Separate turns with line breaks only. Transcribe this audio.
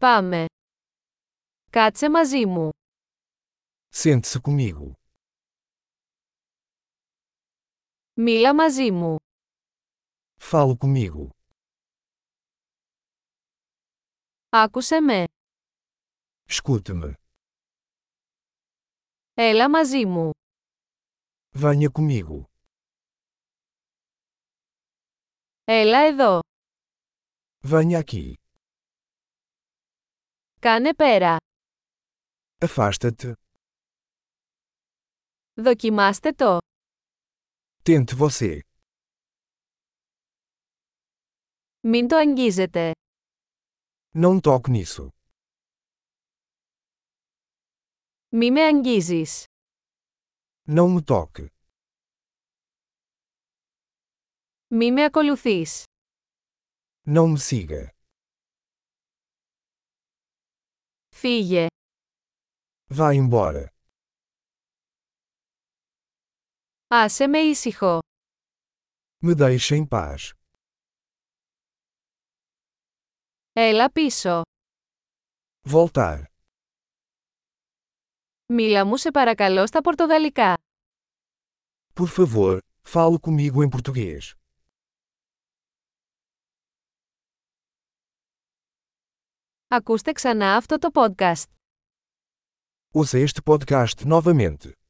Πάμε. Κάτσε μαζί μου.
Sente-se comigo.
Μίλα μαζί μου.
Fale comigo.
Άκουσε με.
Escute-me.
Έλα μαζί μου.
Venha comigo.
Έλα εδώ.
Venha aqui.
Κάνε πέρα.
Afasta-te.
Δοκιμάστε το.
Tente você.
Μην το αγγίζετε.
Não toque nisso.
Μη με αγγίζεις.
Não me toque.
Μη με ακολουθείς.
Não me siga.
Φύγε.
Vá embora.
Άσε με ήσυχο.
Me deixe em paz.
Έλα πίσω.
Voltar.
Μίλα μου σε παρακαλώ στα πορτογαλικά.
Por favor, fale comigo em português.
Ακούστε ξανά αυτό το podcast.
Ouça este podcast novamente.